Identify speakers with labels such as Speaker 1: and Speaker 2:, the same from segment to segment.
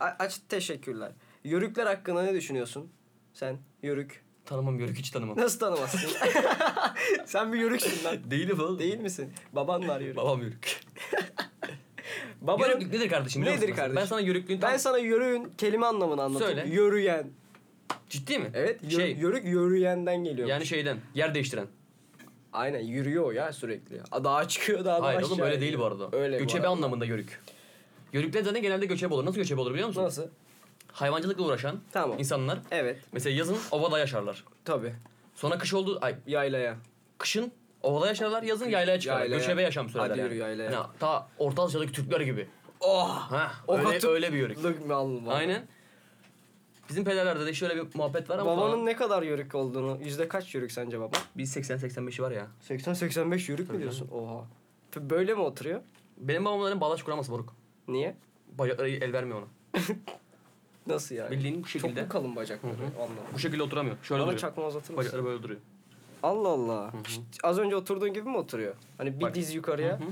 Speaker 1: A- aç teşekkürler. Yörükler hakkında ne düşünüyorsun? Sen yörük.
Speaker 2: Tanımam Yörük hiç tanımam.
Speaker 1: Nasıl tanımazsın? Sen bir yörüksün lan.
Speaker 2: Değilim oğlum.
Speaker 1: Değil misin? Baban var yörük.
Speaker 2: Babam Yörük.
Speaker 1: Babanın-
Speaker 2: Yörüklük nedir kardeşim? biliyor
Speaker 1: Nedir
Speaker 2: musun?
Speaker 1: kardeşim?
Speaker 2: Ben sana Yörüklüğün tam...
Speaker 1: Ben sana yörüğün kelime anlamını anlatayım.
Speaker 2: Söyle.
Speaker 1: Yörüyen.
Speaker 2: Ciddi mi?
Speaker 1: Evet. yö-
Speaker 2: Şey,
Speaker 1: Yörük yörüyenden geliyor.
Speaker 2: yani şeyden, yer değiştiren.
Speaker 1: Aynen yürüyor o ya sürekli. A, Dağa çıkıyor dağdan
Speaker 2: Hayır
Speaker 1: aşağı
Speaker 2: oğlum öyle değil bu
Speaker 1: iniyor.
Speaker 2: arada.
Speaker 1: Öyle bu
Speaker 2: göçebe
Speaker 1: arada.
Speaker 2: anlamında Yörük. Yörükler zaten genelde göçebe olur. Nasıl göçebe olur biliyor musun?
Speaker 1: Nasıl?
Speaker 2: Hayvancılıkla uğraşan
Speaker 1: Tamam.
Speaker 2: insanlar
Speaker 1: Evet.
Speaker 2: mesela yazın ovada yaşarlar.
Speaker 1: Tabii.
Speaker 2: Sonra kış oldu, ay
Speaker 1: Yaylaya.
Speaker 2: kışın ovada yaşarlar, yazın yaylaya çıkarlar.
Speaker 1: Yaylaya.
Speaker 2: Göçebe yaşam süreler.
Speaker 1: Hadi
Speaker 2: yani.
Speaker 1: yürü yaylaya.
Speaker 2: Hani ta Orta Asya'daki Türkler gibi.
Speaker 1: Oh!
Speaker 2: Ha,
Speaker 1: O
Speaker 2: öyle,
Speaker 1: batı-
Speaker 2: öyle bir Yörük.
Speaker 1: Lık mal var.
Speaker 2: Aynen. Bizim pederlerde de şöyle bir muhabbet var ama
Speaker 1: Babanın ne kadar yörük olduğunu, yüzde kaç yörük sence baba?
Speaker 2: bir 80-85'i var ya.
Speaker 1: 80-85 yörük mü diyorsun? Oha. P- Böyle mi oturuyor?
Speaker 2: Benim babamların bağlaç kuramaz moruk.
Speaker 1: Niye?
Speaker 2: Bacakları el vermiyor ona.
Speaker 1: Nasıl yani?
Speaker 2: Bildiğin bu şekilde.
Speaker 1: Çok mu kalın bacakları? Anladım.
Speaker 2: Bu şekilde oturamıyor. Şöyle
Speaker 1: Bana
Speaker 2: duruyor.
Speaker 1: çakma uzatır mısın?
Speaker 2: Bacakları böyle duruyor.
Speaker 1: Allah Allah. Şşt, Az önce oturduğun gibi mi oturuyor? Hani bir
Speaker 2: Bak.
Speaker 1: diz yukarıya.
Speaker 2: Hı hı.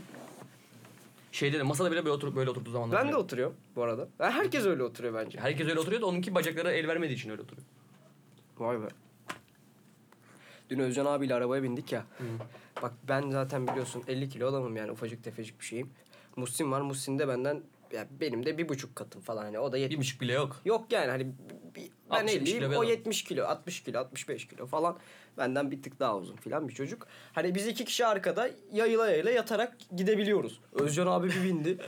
Speaker 2: Şeyde de masada bile böyle oturup böyle oturduğu zamanlar.
Speaker 1: Ben de
Speaker 2: bile.
Speaker 1: oturuyorum bu arada. Ben herkes öyle oturuyor bence.
Speaker 2: Herkes öyle oturuyor da onunki bacakları el vermediği için öyle oturuyor.
Speaker 1: Vay be. Dün Özcan abiyle arabaya bindik ya. Bak ben zaten biliyorsun 50 kilo adamım yani ufacık tefecik bir şeyim. Muhsin var. Muhsin de benden ya benim de bir buçuk katım falan hani o da 70.
Speaker 2: Bir buçuk bile yok.
Speaker 1: Yok yani hani bir- ben
Speaker 2: 60 kilo
Speaker 1: 50'yim
Speaker 2: bir
Speaker 1: o
Speaker 2: adam.
Speaker 1: 70 kilo 60 kilo 65 kilo falan benden bir tık daha uzun filan bir çocuk. Hani biz iki kişi arkada yayıla yayıla yatarak gidebiliyoruz. Özcan abi bir bindi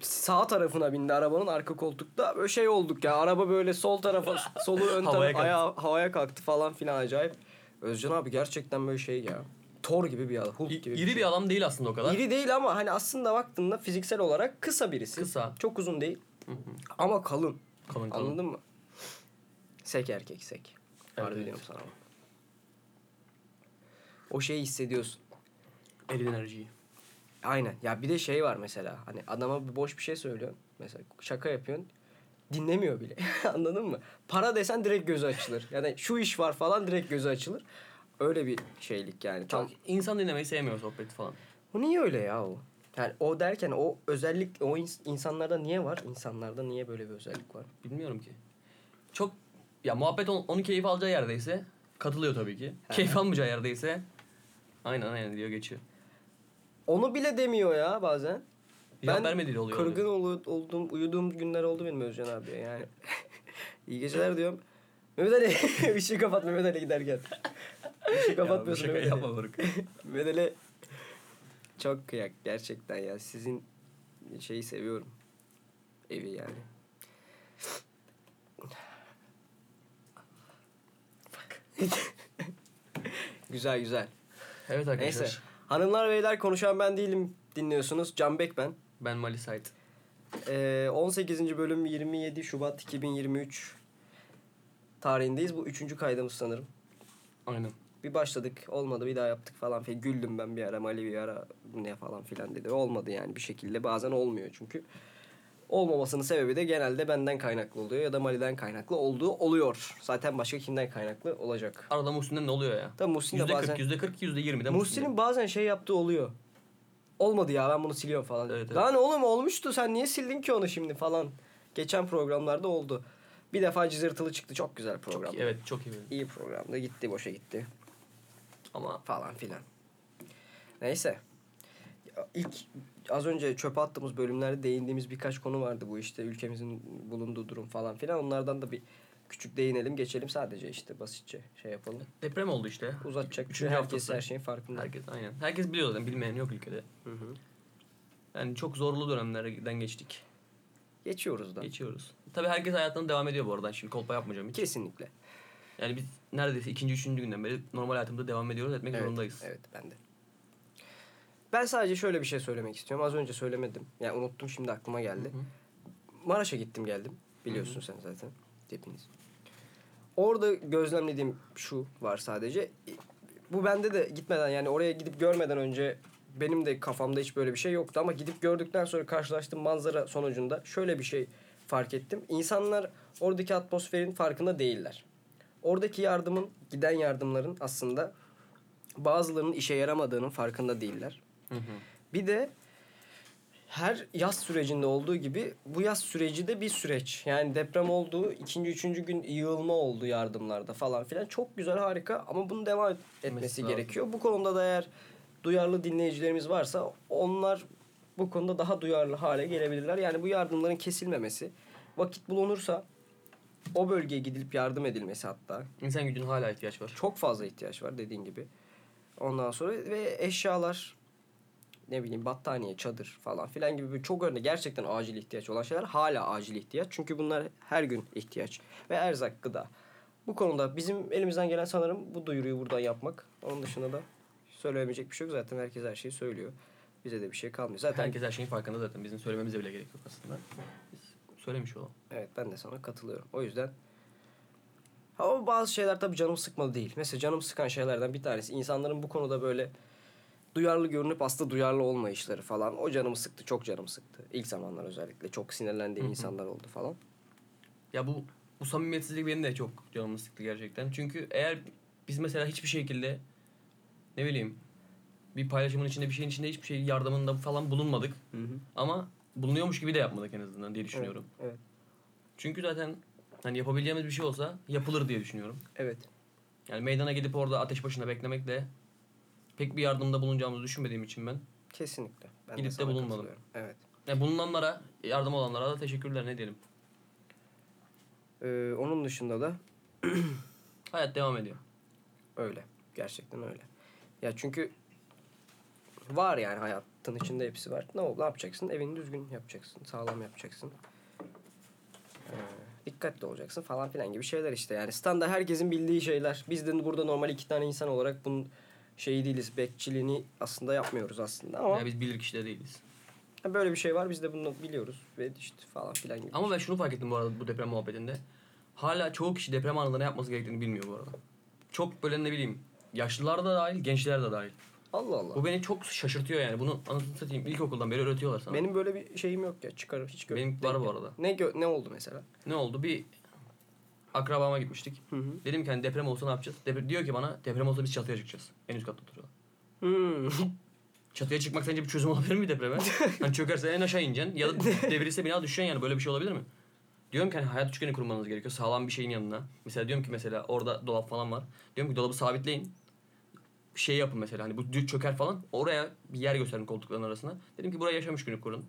Speaker 1: sağ tarafına bindi arabanın arka koltukta böyle şey olduk ya araba böyle sol tarafa solu ön tarafa
Speaker 2: Havaya
Speaker 1: havaya
Speaker 2: kalktı.
Speaker 1: kalktı. havaya kalktı falan filan acayip. Özcan abi gerçekten böyle şey ya Thor gibi bir adam Hulk
Speaker 2: İ-
Speaker 1: gibi bir şey.
Speaker 2: İri bir adam değil aslında o kadar.
Speaker 1: İri değil ama hani aslında baktığında fiziksel olarak kısa birisi.
Speaker 2: Kısa.
Speaker 1: Çok uzun değil. Ama kalın.
Speaker 2: Kalın, kalın.
Speaker 1: Anladın mı? Sek erkek sek.
Speaker 2: Evet,
Speaker 1: Harbi
Speaker 2: evet.
Speaker 1: diyorum sana. bak. O şeyi hissediyorsun.
Speaker 2: Eril enerjiyi.
Speaker 1: Aynen. Ya bir de şey var mesela. Hani adama bir boş bir şey söylüyorsun. Mesela şaka yapıyorsun. Dinlemiyor bile. Anladın mı? Para desen direkt gözü açılır. Yani şu iş var falan direkt gözü açılır. Öyle bir şeylik yani. Tam
Speaker 2: Çok insan dinlemeyi sevmiyor sohbeti falan.
Speaker 1: O niye öyle ya o? Yani o derken o özellik o ins- insanlarda niye var? İnsanlarda niye böyle bir özellik var?
Speaker 2: Bilmiyorum ki. Çok ya muhabbet on- onun keyif alacağı yerdeyse katılıyor tabii ki. Keyif almayacağı yerdeyse aynen aynen diyor geçiyor. Onu
Speaker 1: Onu bile demiyor ya bazen.
Speaker 2: Cevap vermediği de oluyor,
Speaker 1: Kırgın olu- olduğum, uyuduğum günler oldu benim Özcan abiye yani. İyi geceler diyorum. Mehmet Ali ışığı kapat Mehmet Ali giderken. Işığı kapatmıyorsun
Speaker 2: Ya bu şakayı
Speaker 1: Mehmet Ali.
Speaker 2: yapma Buruk.
Speaker 1: Mehmet Ali çok kıyak gerçekten ya. Sizin şeyi seviyorum. Evi yani. güzel güzel.
Speaker 2: Evet arkadaşlar.
Speaker 1: Neyse. Hanımlar beyler konuşan ben değilim dinliyorsunuz. Canbek ben.
Speaker 2: Ben Mali Sait.
Speaker 1: Ee, 18. bölüm 27 Şubat 2023 tarihindeyiz. Bu üçüncü kaydımız sanırım.
Speaker 2: Aynen.
Speaker 1: Bir başladık olmadı bir daha yaptık falan filan. Güldüm ben bir ara Mali bir ara bu ne falan filan dedi. Olmadı yani bir şekilde bazen olmuyor çünkü. Olmamasının sebebi de genelde benden kaynaklı oluyor ya da Mali'den kaynaklı olduğu oluyor. Zaten başka kimden kaynaklı olacak.
Speaker 2: Arada Muhsin'de ne oluyor ya?
Speaker 1: Tabii Muhsin de
Speaker 2: Yüzde
Speaker 1: bazen...
Speaker 2: kırk, yüzde kırk, yüzde yirmi de
Speaker 1: Muhsin'in bazen şey yaptığı oluyor. Olmadı ya ben bunu siliyorum falan.
Speaker 2: Evet, evet.
Speaker 1: Lan oğlum olmuştu sen niye sildin ki onu şimdi falan. Geçen programlarda oldu. Bir defa cızırtılı çıktı çok güzel program.
Speaker 2: Çok iyi, evet çok iyi.
Speaker 1: İyi programda gitti boşa gitti
Speaker 2: Ama
Speaker 1: falan filan. Neyse. Ya İlk az önce çöpe attığımız bölümlerde değindiğimiz birkaç konu vardı bu işte ülkemizin bulunduğu durum falan filan. Onlardan da bir küçük değinelim geçelim sadece işte basitçe şey yapalım.
Speaker 2: deprem oldu işte.
Speaker 1: Uzatacak bir şey.
Speaker 2: Üçüncü
Speaker 1: Herkes
Speaker 2: haftası.
Speaker 1: her şeyin farkında.
Speaker 2: Herkes aynen. Herkes biliyor zaten bilmeyen yok ülkede.
Speaker 1: Hı hı.
Speaker 2: Yani çok zorlu dönemlerden geçtik.
Speaker 1: Geçiyoruz da.
Speaker 2: Geçiyoruz. Tabii herkes hayatına devam ediyor bu arada. Şimdi kolpa yapmayacağım hiç.
Speaker 1: Kesinlikle.
Speaker 2: Yani biz neredeyse ikinci, üçüncü günden beri normal hayatımıza devam ediyoruz. Etmek
Speaker 1: evet,
Speaker 2: zorundayız.
Speaker 1: Evet ben de. Ben sadece şöyle bir şey söylemek istiyorum. Az önce söylemedim. Yani unuttum şimdi aklıma geldi. Maraş'a gittim geldim. Biliyorsun sen zaten. Hepiniz. Orada gözlemlediğim şu var sadece. Bu bende de gitmeden yani oraya gidip görmeden önce benim de kafamda hiç böyle bir şey yoktu ama gidip gördükten sonra karşılaştığım manzara sonucunda şöyle bir şey fark ettim. İnsanlar oradaki atmosferin farkında değiller. Oradaki yardımın, giden yardımların aslında bazılarının işe yaramadığının farkında değiller. Bir de her yaz sürecinde olduğu gibi bu yaz süreci de bir süreç. Yani deprem oldu, ikinci, üçüncü gün yığılma oldu yardımlarda falan filan. Çok güzel, harika ama bunun devam etmesi
Speaker 2: lazım.
Speaker 1: gerekiyor. Bu konuda da eğer duyarlı dinleyicilerimiz varsa onlar bu konuda daha duyarlı hale gelebilirler. Yani bu yardımların kesilmemesi, vakit bulunursa o bölgeye gidilip yardım edilmesi hatta
Speaker 2: İnsan gücüne hala ihtiyaç var.
Speaker 1: çok fazla ihtiyaç var dediğin gibi. Ondan sonra ve eşyalar ne bileyim battaniye, çadır falan filan gibi böyle çok önde gerçekten acil ihtiyaç olan şeyler hala acil ihtiyaç. Çünkü bunlar her gün ihtiyaç ve erzak, gıda. Bu konuda bizim elimizden gelen sanırım bu duyuruyu buradan yapmak. Onun dışında da söylemeyecek bir şey yok. Zaten herkes her şeyi söylüyor. Bize de bir şey kalmıyor. Zaten
Speaker 2: Herkes her şeyin farkında zaten. Bizim söylememize bile gerek yok aslında. Biz söylemiş olalım.
Speaker 1: Evet ben de sana katılıyorum. O yüzden ama bazı şeyler tabii canım sıkmalı değil. Mesela canım sıkan şeylerden bir tanesi insanların bu konuda böyle duyarlı görünüp aslında duyarlı olmayışları falan. O canımı sıktı, çok canım sıktı. İlk zamanlar özellikle çok sinirlendiğim insanlar oldu falan.
Speaker 2: Ya bu bu samimiyetsizlik benim de çok canımı sıktı gerçekten. Çünkü eğer biz mesela hiçbir şekilde ne bileyim bir paylaşımın içinde bir şeyin içinde hiçbir şey yardımında falan bulunmadık. Ama bulunuyormuş gibi de yapmadık en azından diye düşünüyorum.
Speaker 1: evet.
Speaker 2: Çünkü zaten hani yapabileceğimiz bir şey olsa yapılır diye düşünüyorum.
Speaker 1: Evet.
Speaker 2: Yani meydana gidip orada ateş başında beklemekle pek bir yardımda bulunacağımızı düşünmediğim için ben.
Speaker 1: Kesinlikle. Ben
Speaker 2: Gidip de
Speaker 1: sana
Speaker 2: bulunmadım.
Speaker 1: katılıyorum. Evet.
Speaker 2: Yani bulunanlara, yardım olanlara da teşekkürler ne diyelim.
Speaker 1: Ee, onun dışında da
Speaker 2: Hayat devam ediyor.
Speaker 1: Öyle. Gerçekten öyle. Ya çünkü var yani hayatın içinde hepsi var. Ne, ol- ne yapacaksın? Evini düzgün yapacaksın. Sağlam yapacaksın. Ee, dikkatli olacaksın falan filan gibi şeyler işte. Yani standart herkesin bildiği şeyler. Biz de burada normal iki tane insan olarak bunun şeyi değiliz. Bekçiliğini aslında yapmıyoruz aslında ama
Speaker 2: Yani biz bilir kişiler değiliz.
Speaker 1: böyle bir şey var. Biz de bunu biliyoruz ve işte falan filan gibi.
Speaker 2: Ama ben şunu fark ettim bu arada bu deprem muhabbetinde. Hala çoğu kişi deprem anında ne yapması gerektiğini bilmiyor bu arada. Çok böyle ne bileyim yaşlılar da dahil, gençler de dahil.
Speaker 1: Allah Allah.
Speaker 2: Bu beni çok şaşırtıyor yani. Bunu anasını satayım ilkokuldan beri öğretiyorlar sana.
Speaker 1: Benim böyle bir şeyim yok ya. Çıkarım hiç gör-
Speaker 2: Benim var bu arada.
Speaker 1: Ne gö- ne oldu mesela?
Speaker 2: Ne oldu? Bir akrabama gitmiştik.
Speaker 1: Hı hı.
Speaker 2: Dedim ki hani deprem olsa ne yapacağız? Depre- diyor ki bana deprem olsa biz çatıya çıkacağız. En üst katta oturuyorlar.
Speaker 1: Hmm.
Speaker 2: Çatıya çıkmak sence bir çözüm olabilir mi depreme? hani çökerse en aşağı ineceksin ya da devrilse bina düşeceksin yani böyle bir şey olabilir mi? Diyorum ki hani hayat üçgeni kurmanız gerekiyor sağlam bir şeyin yanına. Mesela diyorum ki mesela orada dolap falan var. Diyorum ki dolabı sabitleyin. Şey yapın mesela hani bu düz çöker falan. Oraya bir yer gösterin koltukların arasına. Dedim ki buraya yaşam üçgeni kurun.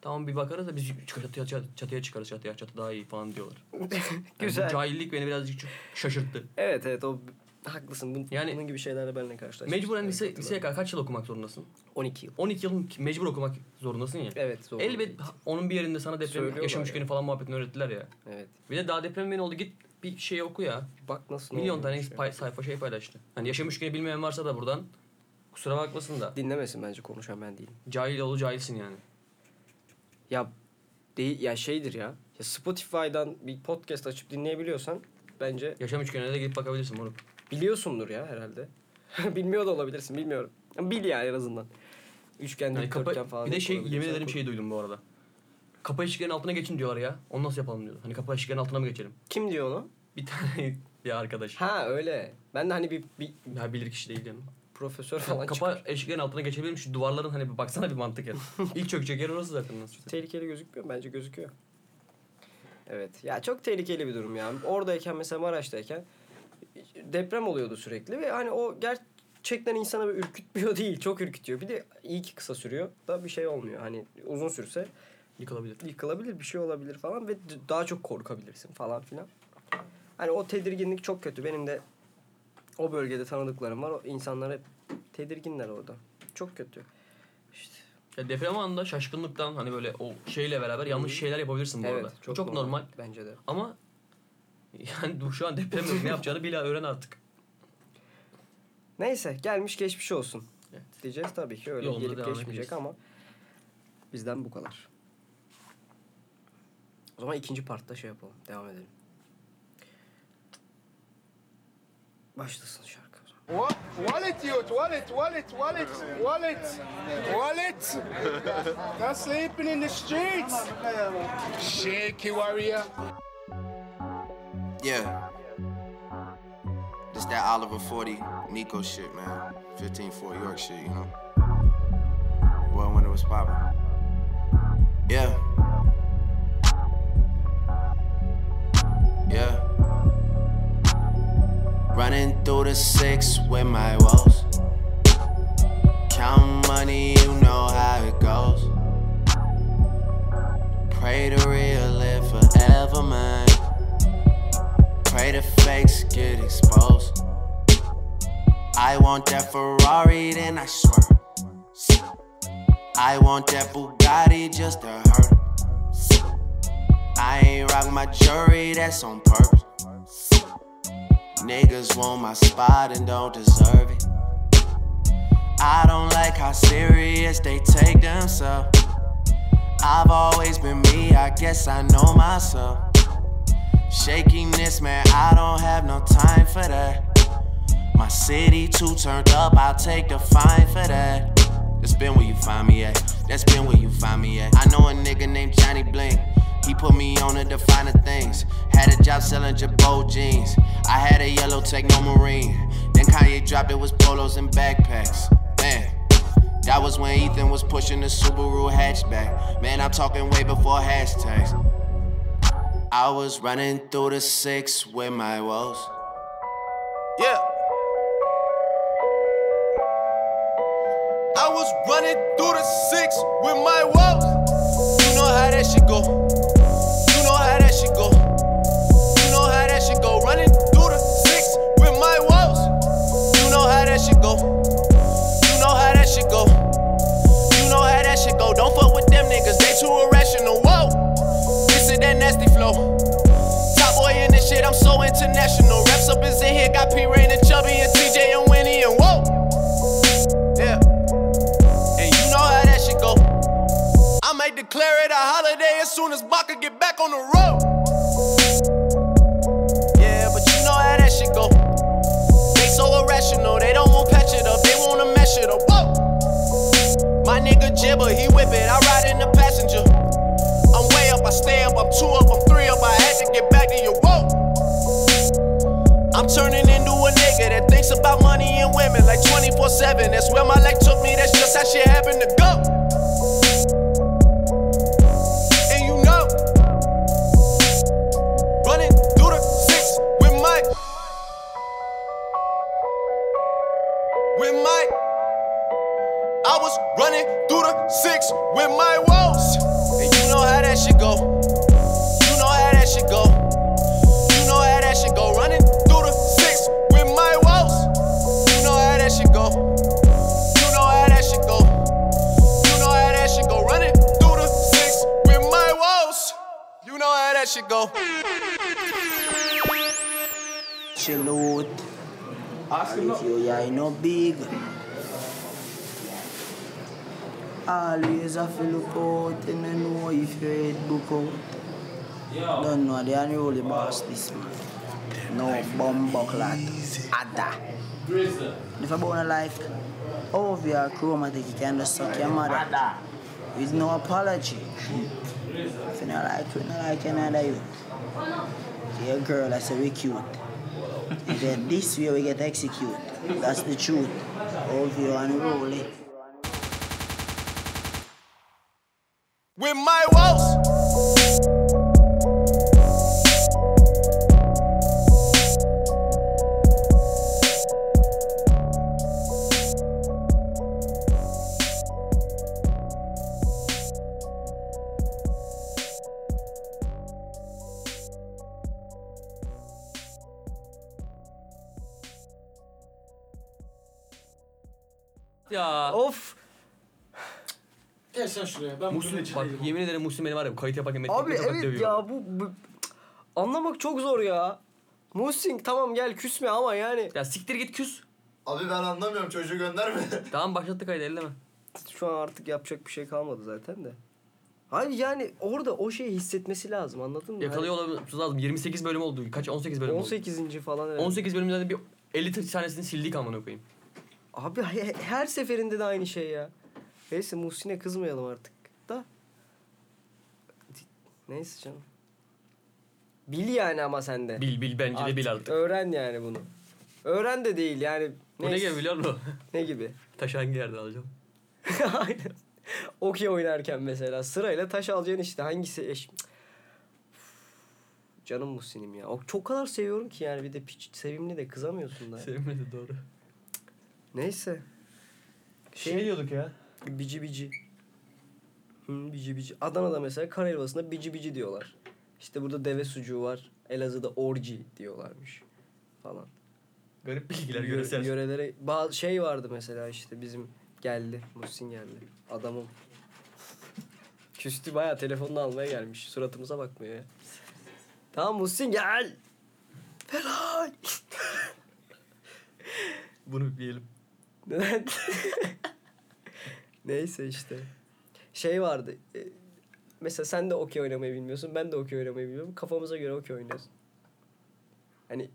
Speaker 2: Tamam bir bakarız da biz çatıya, çatıya, çatıya çıkarız çatıya. Çatı daha iyi falan diyorlar. Yani
Speaker 1: Güzel.
Speaker 2: bu cahillik beni birazcık çok şaşırttı.
Speaker 1: Evet evet o haklısın. Bun,
Speaker 2: Yani-
Speaker 1: bunun gibi şeylerle benimle karşılaştım.
Speaker 2: Mecburen
Speaker 1: Evet,
Speaker 2: lise,
Speaker 1: hatırladım.
Speaker 2: liseye kadar kaç yıl okumak zorundasın?
Speaker 1: 12 yıl.
Speaker 2: 12 yıl mecbur okumak zorundasın ya.
Speaker 1: Evet zor.
Speaker 2: Elbet ha- onun bir yerinde sana deprem
Speaker 1: Söylüyorlar
Speaker 2: yaşam
Speaker 1: ya.
Speaker 2: üçgeni falan muhabbetini öğrettiler ya.
Speaker 1: Evet.
Speaker 2: Bir de daha deprem beni oldu git bir şey oku ya.
Speaker 1: Bak nasıl
Speaker 2: Milyon
Speaker 1: olmuş
Speaker 2: tane
Speaker 1: ya.
Speaker 2: pay- sayfa şey paylaştı. Hani yaşam üçgeni bilmeyen varsa da buradan kusura bakmasın da
Speaker 1: dinlemesin bence konuşan ben değilim.
Speaker 2: cahil olu cahilsin yani.
Speaker 1: Ya değil ya şeydir ya. ya. Spotify'dan bir podcast açıp dinleyebiliyorsan bence
Speaker 2: Yaşam üçgenine de gidip bakabilirsin moruk.
Speaker 1: biliyorsundur ya herhalde. Bilmiyor da olabilirsin bilmiyorum. Ama Bil ya en azından. Üçgen,
Speaker 2: Yani
Speaker 1: dikdörtgen
Speaker 2: kapa-
Speaker 1: falan.
Speaker 2: bir de şey
Speaker 1: yapılabiliyorsan
Speaker 2: yemin ederim
Speaker 1: kur-
Speaker 2: şey duydum bu arada. Kapa eşiklerin altına geçin diyorlar ya. Onu nasıl yapalım diyordu. Hani kapa eşiklerin altına mı geçelim?
Speaker 1: Kim diyor onu?
Speaker 2: Bir tane bir arkadaş.
Speaker 1: Ha öyle. Ben de hani bir, bir
Speaker 2: Ya bilir kişi değil yani.
Speaker 1: profesör falan
Speaker 2: Kapa
Speaker 1: çıkar.
Speaker 2: eşiklerin altına geçebilirim. Şu duvarların hani bir baksana bir mantık et. İlk çökecek yer orası zaten nasıl.
Speaker 1: Tehlikeli gözükmüyor mu? bence gözüküyor. Evet. Ya çok tehlikeli bir durum ya. Oradayken mesela Maraş'tayken deprem oluyordu sürekli ve hani o gerçekten insana bir ürkütmüyor değil. Çok ürkütüyor. Bir de iyi ki kısa sürüyor da bir şey olmuyor. Hani uzun sürse
Speaker 2: Yıkılabilir.
Speaker 1: yıkılabilir bir şey olabilir falan ve d- daha çok korkabilirsin falan filan. Hani o tedirginlik çok kötü. Benim de o bölgede tanıdıklarım var. O insanlar hep tedirginler orada. Çok kötü.
Speaker 2: Ya deprem anında şaşkınlıktan hani böyle o şeyle beraber yanlış şeyler yapabilirsin bu arada. Çok, çok normal.
Speaker 1: Bence de.
Speaker 2: Ama yani bu şu an deprem yok. ne yapacağını bile öğren artık.
Speaker 1: Neyse gelmiş geçmiş olsun.
Speaker 2: Evet.
Speaker 1: Diyeceğiz tabii ki öyle
Speaker 2: Yoluna
Speaker 1: gelip
Speaker 2: devam
Speaker 1: geçmeyecek
Speaker 2: edeceğiz.
Speaker 1: ama bizden bu kadar. O zaman ikinci partta şey yapalım. Devam edelim. Başlasın şarkı. o zaman.
Speaker 3: Wa- Wallet, youth, wallet, wallet, wallet, wallet, wallet. That's sleeping in the streets. Shaky warrior.
Speaker 4: Yeah. Just that Oliver 40 Nico shit, man. 15 Fort York shit, you know? Boy, when it was poppin'. Yeah. Yeah. Running through the six with my woes. Count money, you know how it goes. Pray to real live forever, man. Pray the fakes get exposed. I want that Ferrari, then I swear. I want that Bugatti just to hurt. I ain't rock my jury, that's on purpose. Niggas want my spot and don't deserve it. I don't like how serious they take themselves. I've always been me, I guess I know myself. Shakiness, man, I don't have no time for that. My city too turned up, I'll take the fine for that. That's been where you find me at. That's been where you find me at. I know a nigga named Johnny Bling. He put me on to the finer things. Had a job selling Jabot jeans. I had a yellow techno marine. Then Kanye dropped it was polos and backpacks. Man, that was when Ethan was pushing the Subaru hatchback. Man, I'm talking way before hashtags. I was running through the six with my woes. Yeah. I was running through the six with my woes. You know how that shit go. You know how that shit go. You know how that shit go. Running through the six with my woes. You know how that shit go. You know how that shit go. You know how that shit go. Don't fuck with them niggas, they too irrational. Whoa, this is that nasty flow. Top boy in this shit, I'm so international. Reps up is in here, got P Rain and Chubby and TJ and Winnie and whoa. Yeah. And you know how that shit go. I might declare it a holiday as soon as Baka get back on the road. Yeah, but you know how that shit go. They so irrational, they don't want patch it up, they wanna mesh it up. Whoa. My nigga Jibber, he whip it, I ride in the passenger. I'm way up, I stay up, I'm two up, I'm three up, I had to get back to your whoa. I'm turning into a nigga that thinks about money and women like 24 7. That's where my life took me, that's just how shit happened to go. And you know, running through the six with my. With my. I was running through the six with my woes. And you know how that shit go. You know how that shit go. You know how that shit go. Running through the six with my woes. You know how that shit go. You know how that shit go. You know how that shit go. Running through the six with my woes. You know how that shit go.
Speaker 5: Chill out. If you ain't no big. Always have to look out and I know if you head book out. Don't know, they unruly boss this man. No bomb bucklat. Ada. If I born like, oh, if you are chromatic, you can just suck your mother. With no apology. If you not like you, not like another you. Yeah, girl, I say we cute. And then this way we get executed. That's the truth. Of you unruly.
Speaker 4: with my woes.
Speaker 2: Ya
Speaker 1: Of.
Speaker 6: Gel sen şuraya. Ben
Speaker 2: Muhsin bak yemin ederim Muhsin beni var ya bu kayıt yaparken beni
Speaker 1: Abi
Speaker 2: tekme tokat
Speaker 1: evet
Speaker 2: dövüyor.
Speaker 1: ya bu, bu- anlamak çok zor ya. Muhsin tamam gel küsme ama yani
Speaker 2: Ya siktir git küs.
Speaker 6: Abi ben anlamıyorum çocuğu gönderme.
Speaker 2: Tamam başlattı kaydı elleme.
Speaker 1: şu an artık yapacak bir şey kalmadı zaten de. Hayır yani orada o şeyi hissetmesi lazım anladın mı?
Speaker 2: Yakalıyor olmamız lazım. 28 bölüm oldu. Kaç? 18
Speaker 1: Hani
Speaker 2: bölüm oldu.
Speaker 1: 18. falan herhalde.
Speaker 2: 18 bölümden zaten bir 50 tanesini sildik amına koyayım.
Speaker 1: Abi he- her seferinde de aynı şey ya. Neyse Muhsin'e kızmayalım artık da. Neyse canım. Bil yani ama sen de.
Speaker 2: Bil bil bence de bil artık.
Speaker 1: Öğren yani bunu. Öğren de değil yani.
Speaker 2: Bu ne
Speaker 1: neyse.
Speaker 2: gibi biliyor musun?
Speaker 1: Ne gibi?
Speaker 2: Taş hangi yerden alacağım?
Speaker 1: Aynen. Okey oynarken mesela sırayla taş alacaksın işte hangisi eş... Cık. Canım Muhsin'im ya. O çok kadar seviyorum ki yani bir de piç, sevimli de kızamıyorsun da.
Speaker 2: Sevmedi doğru.
Speaker 1: Neyse.
Speaker 2: Şey diyorduk ya.
Speaker 1: Bici bici. Hı, bici bici. Adana'da mesela kara helvasına bici bici diyorlar. İşte burada deve sucuğu var. Elazığ'da orji diyorlarmış. Falan.
Speaker 2: Garip bilgiler
Speaker 1: Yö-
Speaker 2: göresel.
Speaker 1: Yörelere bazı şey vardı mesela işte bizim geldi. Muhsin geldi. Adamım. Küstü bayağı telefonunu almaya gelmiş. Suratımıza bakmıyor ya. Tamam Muhsin gel. Feray.
Speaker 2: Bunu bileyelim.
Speaker 1: Neden? Neyse işte. Şey vardı. e, Mesela sen de okey oynamayı bilmiyorsun. Ben de okey oynamayı bilmiyorum. Kafamıza göre okey oynuyorsun. Hani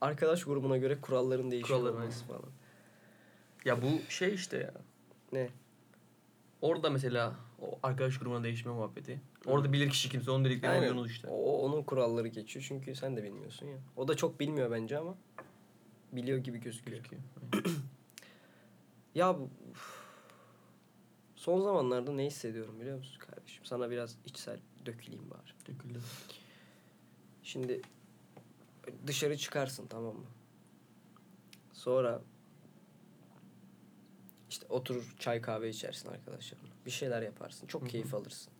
Speaker 1: arkadaş grubuna göre kuralların değişiyor
Speaker 2: Kuralların
Speaker 1: olması falan.
Speaker 2: Ya bu şey işte ya.
Speaker 1: Ne?
Speaker 2: Orada mesela o arkadaş grubuna değişme muhabbeti. Orada bilir kişi kimse onun dediklerini
Speaker 1: Aynen.
Speaker 2: oluyorsunuz işte.
Speaker 1: O, onun kuralları geçiyor çünkü sen de bilmiyorsun ya. O da çok bilmiyor bence ama biliyor gibi gözüküyor.
Speaker 2: Gözüküyor.
Speaker 1: Ya bu- üf. son zamanlarda ne hissediyorum biliyor musun kardeşim? Sana biraz içsel döküleyim bari.
Speaker 2: Döküldü.
Speaker 1: Şimdi dışarı çıkarsın tamam mı? Sonra işte oturur çay kahve içersin arkadaşlarınla. Bir şeyler yaparsın. Çok keyif alırsın.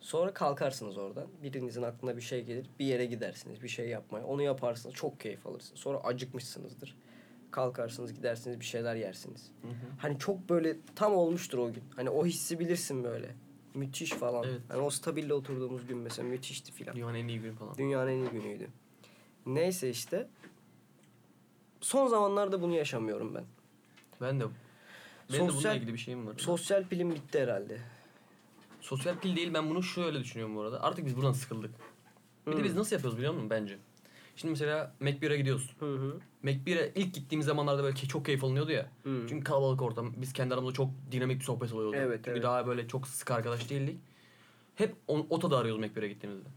Speaker 1: Sonra kalkarsınız oradan. Birinizin aklına bir şey gelir. Bir yere gidersiniz. Bir şey yapmaya. Onu yaparsınız. Çok keyif alırsınız. Sonra acıkmışsınızdır. Kalkarsınız gidersiniz bir şeyler yersiniz. Hani çok böyle tam olmuştur o gün. Hani o hissi bilirsin böyle. Müthiş falan.
Speaker 2: Evet.
Speaker 1: Hani o stabille oturduğumuz gün mesela müthişti filan.
Speaker 2: Dünyanın en iyi günü falan.
Speaker 1: Dünyanın en iyi günüydü. Neyse işte. Son zamanlarda bunu yaşamıyorum ben.
Speaker 2: Ben de benim de bununla
Speaker 1: Sosyal-
Speaker 2: ilgili bir şeyim var.
Speaker 1: Sosyal pilim bitti herhalde.
Speaker 2: Sosyal pil değil ben bunu şöyle düşünüyorum bu arada. Artık biz buradan sıkıldık. Bir de
Speaker 1: Hmm.
Speaker 2: biz nasıl yapıyoruz biliyor musun bence? Şimdi mesela McBeer'e gidiyoruz.
Speaker 1: Hı hı.
Speaker 2: McBeer'e ilk gittiğimiz zamanlarda böyle çok keyif alınıyordu ya.
Speaker 1: Hı.
Speaker 2: Çünkü kalabalık ortam. Biz kendi aramızda çok dinamik bir sohbet oluyordu.
Speaker 1: Evet,
Speaker 2: Çünkü
Speaker 1: evet.
Speaker 2: daha böyle çok sık arkadaş değildik. Hep on, o tadı arıyoruz McBeer'e gittiğimizde.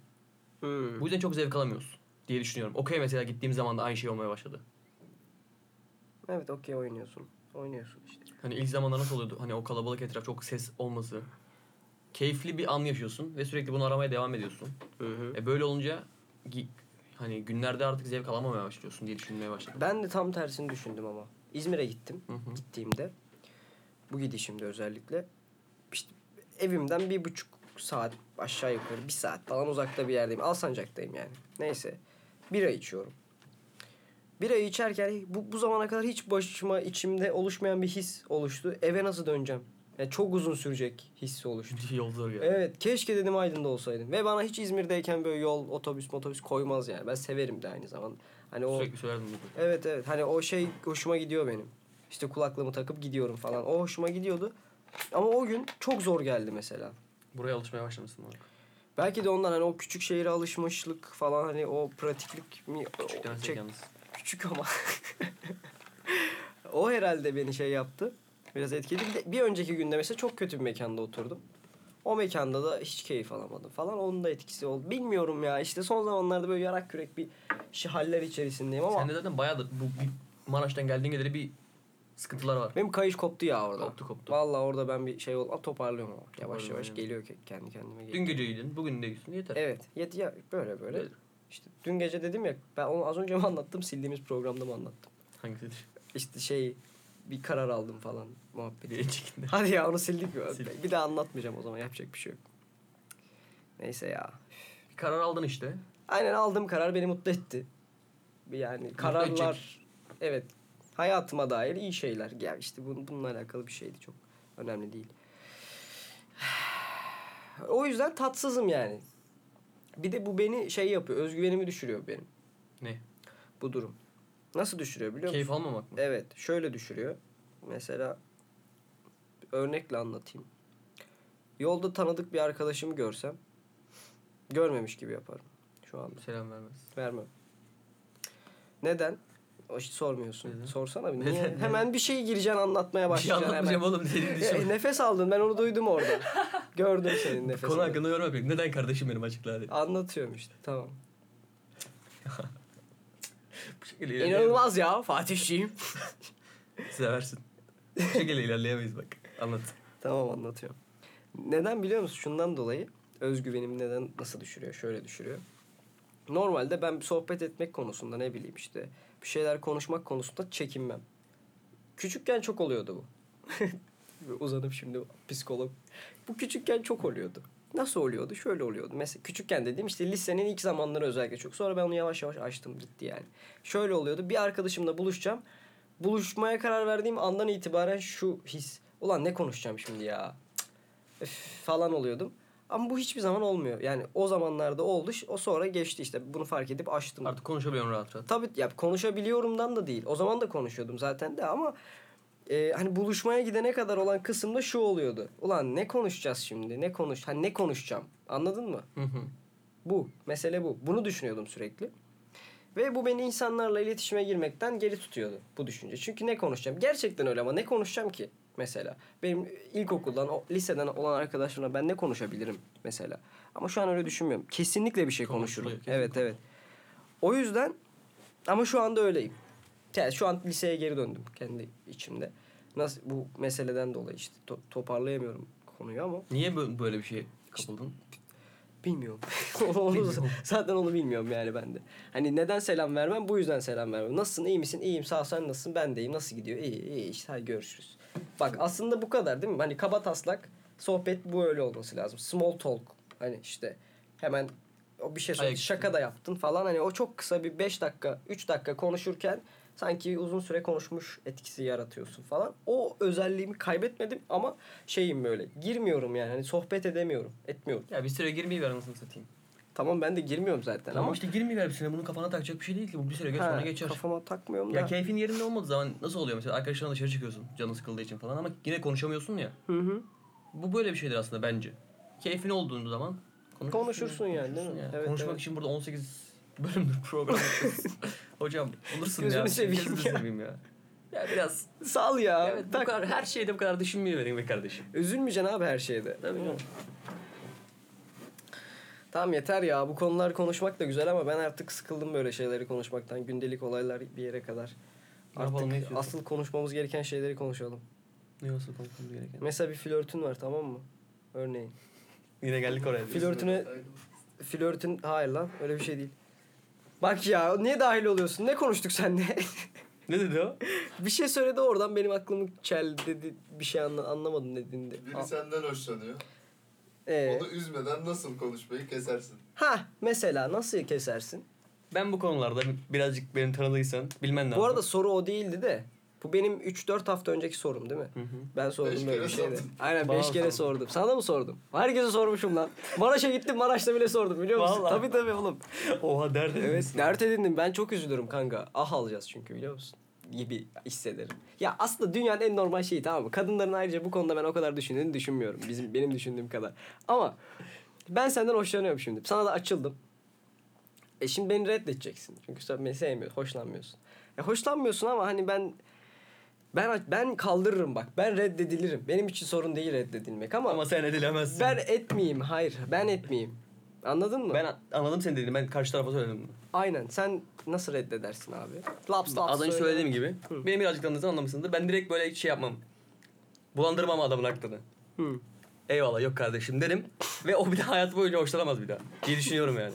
Speaker 1: Hı.
Speaker 2: Bu yüzden çok zevk alamıyoruz diye düşünüyorum. Okey mesela gittiğim zaman da aynı şey olmaya başladı.
Speaker 1: Evet okey oynuyorsun. Oynuyorsun işte.
Speaker 2: Hani ilk zamanlar nasıl oluyordu? Hani o kalabalık etraf çok ses olması. Keyifli bir an yaşıyorsun ve sürekli bunu aramaya devam ediyorsun.
Speaker 1: Hı hı.
Speaker 2: E böyle olunca gi- hani günlerde artık zevk alamamaya başlıyorsun diye düşünmeye başladım.
Speaker 1: Ben de tam tersini düşündüm ama. İzmir'e gittim.
Speaker 2: Hı hı.
Speaker 1: Gittiğimde. Bu gidişimde özellikle. İşte evimden bir buçuk saat aşağı yukarı bir saat falan uzakta bir yerdeyim. Alsancak'tayım yani. Neyse. Bira içiyorum. Bira içerken bu, bu zamana kadar hiç başıma içimde oluşmayan bir his oluştu. Eve nasıl döneceğim? Yani çok uzun sürecek hissi oluştu.
Speaker 2: Yol zor ya.
Speaker 1: Evet keşke dedim Aydın'da olsaydım. Ve bana hiç İzmir'deyken böyle yol, otobüs, motobüs koymaz yani. Ben severim de aynı zamanda. Hani o
Speaker 2: Sürekli söylerdim bunu.
Speaker 1: Evet evet hani o şey hoşuma gidiyor benim. İşte kulaklığımı takıp gidiyorum falan. O hoşuma gidiyordu. Ama o gün çok zor geldi mesela.
Speaker 2: Buraya alışmaya başlamışsın Mark.
Speaker 1: Belki de ondan hani o küçük şehire alışmışlık falan hani o pratiklik mi?
Speaker 2: Küçükten
Speaker 1: o,
Speaker 2: alıştık
Speaker 1: çek-
Speaker 2: yalnız.
Speaker 1: küçük ama. o herhalde beni şey yaptı. Biraz etkiledi. Bir, de bir önceki günde mesela çok kötü bir mekanda oturdum. O mekanda da hiç keyif alamadım falan. Onun da etkisi oldu. Bilmiyorum ya işte son zamanlarda böyle yarak kürek bir şey haller içerisindeyim ama
Speaker 2: Sen de zaten bayağı da bu bir Maraş'tan geldiğin geleli bir sıkıntılar var.
Speaker 1: Benim kayış koptu ya orada.
Speaker 2: Koptu, koptu.
Speaker 1: Vallahi orada ben bir şey ol Aa, toparlıyorum ama. Yavaş yavaş
Speaker 2: yani.
Speaker 1: geliyor ke- kendi kendime geliyor.
Speaker 2: Dün gece giydin, bugün de gitsin yeter.
Speaker 1: Evet. Yet ya böyle böyle.
Speaker 2: Böyle.
Speaker 1: İşte dün gece dedim ya ben onu az önce mi anlattım sildiğimiz programda mı anlattım.
Speaker 2: Hangisidir?
Speaker 1: İşte şey bir karar aldım falan muhabbeti.
Speaker 2: Bir çekinde.
Speaker 1: Hadi ya onu sildik mi?
Speaker 2: Sildik.
Speaker 1: Bir daha anlatmayacağım o zaman yapacak bir şey yok. Neyse ya.
Speaker 2: Bir karar aldın işte.
Speaker 1: Aynen aldığım karar beni mutlu etti. Yani kararlar evet hayatıma dair iyi şeyler. Ya işte bun, bununla alakalı bir şeydi çok önemli değil. O yüzden tatsızım yani. Bir de bu beni şey yapıyor. Özgüvenimi düşürüyor benim
Speaker 2: Ne?
Speaker 1: bu durum. Nasıl düşürüyor biliyor
Speaker 2: Keyif
Speaker 1: musun?
Speaker 2: almamak mı?
Speaker 1: Evet, şöyle düşürüyor. Mesela bir örnekle anlatayım. Yolda tanıdık bir arkadaşımı görsem görmemiş gibi yaparım şu anda.
Speaker 2: Selam vermez.
Speaker 1: Vermem. Neden? O hiç sormuyorsun.
Speaker 2: Neden?
Speaker 1: Sorsana bir.
Speaker 2: Neden?
Speaker 1: Niye?
Speaker 2: Neden?
Speaker 1: Hemen bir şey gireceksin anlatmaya
Speaker 2: Bir şey
Speaker 1: başlayacaksın
Speaker 2: anlatmayacağım
Speaker 1: hemen.
Speaker 2: oğlum dedim
Speaker 1: Ya,
Speaker 2: dışarı.
Speaker 1: nefes aldın ben onu duydum orada. Gördüm senin nefesini.
Speaker 2: şey Konu hakkında yorum yapayım. Neden kardeşim benim açıkla hadi.
Speaker 1: Anlatıyorum işte tamam.
Speaker 2: Bu şekilde ilerleyemeyiz.
Speaker 1: İnanılmaz ya Fatihciğim.
Speaker 2: Seversin. Bu şekilde ilerleyemeyiz bak. Anlat.
Speaker 1: tamam anlatıyorum. Neden biliyor musun? Şundan dolayı özgüvenimi neden nasıl düşürüyor? Şöyle düşürüyor. Normalde ben bir sohbet etmek konusunda ne bileyim işte bir şeyler konuşmak konusunda çekinmem. Küçükken çok oluyordu bu. Uzanıp şimdi psikolog. Bu küçükken çok oluyordu. Nasıl oluyordu? Şöyle oluyordu. Mesela küçükken dediğim işte lisenin ilk zamanları özellikle çok. Sonra ben onu yavaş yavaş açtım gitti yani. Şöyle oluyordu. Bir arkadaşımla buluşacağım. Buluşmaya karar verdiğim andan itibaren şu his. Ulan ne konuşacağım şimdi ya? Öf, falan oluyordum. Ama bu hiçbir zaman olmuyor. Yani o zamanlarda oldu. ş- O sonra geçti işte. Bunu fark edip açtım.
Speaker 2: Artık konuşabiliyorum rahat rahat.
Speaker 1: Tabii ya konuşabiliyorumdan da değil. O zaman da konuşuyordum zaten de ama e, hani buluşmaya gidene kadar olan kısımda şu oluyordu. Ulan ne konuşacağız şimdi? Ne konuş? Hani ne konuşacağım? Anladın mı?
Speaker 2: Hı hı.
Speaker 1: Bu. Mesele bu. Bunu düşünüyordum sürekli. Ve bu beni insanlarla iletişime girmekten geri tutuyordu bu düşünce. Çünkü ne konuşacağım? Gerçekten öyle ama ne konuşacağım ki mesela? Benim ilkokuldan, o, liseden olan arkadaşlarımla ben ne konuşabilirim mesela? Ama şu an öyle düşünmüyorum. Kesinlikle bir şey konuşurum.
Speaker 2: Konuşuluyor, kesin
Speaker 1: Evet evet. O yüzden ama şu anda öyleyim. Yani şu an liseye geri döndüm kendi içimde. Nasıl bu meseleden dolayı işte to- toparlayamıyorum konuyu ama
Speaker 2: Niye bö- böyle bir şeye kapıldın?
Speaker 1: Bilmiyorum. onu Zaten onu bilmiyorum yani ben de. Hani neden selam vermem? Bu yüzden selam vermem. Nasılsın? iyi misin? İyiyim. Sağ ol. Sen nasılsın? Ben deyim. Nasıl gidiyor? İyi iyi. işte hadi görüşürüz. Bak aslında bu kadar değil mi? Hani kaba taslak sohbet bu öyle olması lazım. Small talk. Hani işte hemen o bir şey söyledi.
Speaker 2: Ayak üstü.
Speaker 1: Şaka da yaptın falan. Hani o çok kısa bir 5 dakika, 3 dakika konuşurken sanki uzun süre konuşmuş etkisi yaratıyorsun falan. O özelliğimi kaybetmedim ama şeyim böyle girmiyorum yani. Hani sohbet edemiyorum. Etmiyorum.
Speaker 2: Ya bir süre girmeyi ver anasını satayım.
Speaker 1: Tamam ben de girmiyorum zaten
Speaker 2: Tamam
Speaker 1: ama
Speaker 2: işte girmeyi ver bir süre. Bunu kafana takacak bir şey değil ki. Bu bir süre geç
Speaker 1: Ha,
Speaker 2: sonra geçer.
Speaker 1: kafama takmıyorum da.
Speaker 2: Ya keyfin yerinde olmadığı zaman nasıl oluyor mesela arkadaşlarla dışarı çıkıyorsun canın sıkıldığı için falan ama yine konuşamıyorsun ya.
Speaker 1: Hı hı.
Speaker 2: Bu böyle bir şeydir aslında bence. Keyfin olduğun zaman
Speaker 1: Konuşursun yani, değil mi?
Speaker 2: Konuşursun
Speaker 1: Evet,
Speaker 2: Konuşmak
Speaker 1: evet.
Speaker 2: için burada 18 bölümdür program yapıyoruz. Hocam olursun ya.
Speaker 1: Gözünü seveyim
Speaker 2: Gözünü
Speaker 1: ya.
Speaker 2: seveyim ya. Ya biraz
Speaker 1: Sal ya.
Speaker 2: evet, bu
Speaker 1: tak.
Speaker 2: kadar, her şeyde bu kadar düşünmeyi verin be kardeşim.
Speaker 1: Üzülmeyeceksin abi her şeyde.
Speaker 2: Tabii canım.
Speaker 1: Tamam yeter ya. Bu konular konuşmak da güzel ama ben artık sıkıldım böyle şeyleri konuşmaktan. Gündelik olaylar bir yere kadar.
Speaker 2: Ne yapalım, ne
Speaker 1: Artık
Speaker 2: istiyorsun?
Speaker 1: asıl konuşmamız gereken şeyleri konuşalım.
Speaker 2: Ne olsa konuşmamız gereken.
Speaker 1: Mesela bir flörtün var tamam mı? Örneğin.
Speaker 2: Yine geldik oraya. diyorsun.
Speaker 1: Flörtüne flörtün hayır lan öyle bir şey değil. Bak ya niye dahil oluyorsun? Ne konuştuk seninle?
Speaker 2: Ne dedi o?
Speaker 1: bir şey söyledi oradan benim aklımı çel dedi. Bir şey anla, anlamadım dediğinde.
Speaker 6: Biri senden hoşlanıyor.
Speaker 1: Ee,
Speaker 6: Onu üzmeden nasıl konuşmayı kesersin?
Speaker 1: ha mesela nasıl kesersin?
Speaker 2: Ben bu konularda birazcık beni tanıdıysan bilmen lazım.
Speaker 1: Bu arada soru o değildi de. Bu benim 3-4 hafta önceki sorum değil mi? Ben sordum
Speaker 6: Beş
Speaker 1: böyle
Speaker 6: kere
Speaker 1: bir şeydi.
Speaker 6: sordun.
Speaker 1: Aynen
Speaker 2: Bana
Speaker 1: 5 kere sordum. Sana mı sordum? Herkese sormuşum lan. Maraş'a gittim Maraş'ta bile sordum biliyor musun?
Speaker 2: Vallahi.
Speaker 1: Tabii tabii oğlum.
Speaker 2: Oha derdin.
Speaker 1: Evet dert edindim. Ben çok üzülürüm kanka. Ah alacağız çünkü biliyor musun? Gibi hissederim. Ya aslında dünyanın en normal şeyi tamam mı? Kadınların ayrıca bu konuda ben o kadar düşündüğünü düşünmüyorum. Bizim Benim düşündüğüm kadar. Ama ben senden hoşlanıyorum şimdi. Sana da açıldım. E şimdi beni reddedeceksin. Çünkü sen beni sevmiyorsun, hoşlanmıyorsun. E hoşlanmıyorsun ama hani ben ben ben kaldırırım bak. Ben reddedilirim. Benim için sorun değil reddedilmek ama,
Speaker 2: Ama sen edilemezsin.
Speaker 1: ben etmeyeyim. Hayır, ben etmeyeyim. Anladın mı?
Speaker 2: Ben anladım seni dediğini. Ben karşı tarafa söyledim. bunu.
Speaker 1: Aynen. Sen nasıl reddedersin abi? Laps laps
Speaker 2: Az önce
Speaker 1: söyle.
Speaker 2: söylediğim gibi.
Speaker 1: Hı.
Speaker 2: Benim birazcık tanıdığınızı anlamışsındır. Ben direkt böyle hiç şey yapmam. Bulandırmam adamın aklını.
Speaker 1: Hı.
Speaker 2: Eyvallah yok kardeşim derim. Ve o bir daha hayatı boyunca hoşlanamaz bir daha. Diye düşünüyorum yani.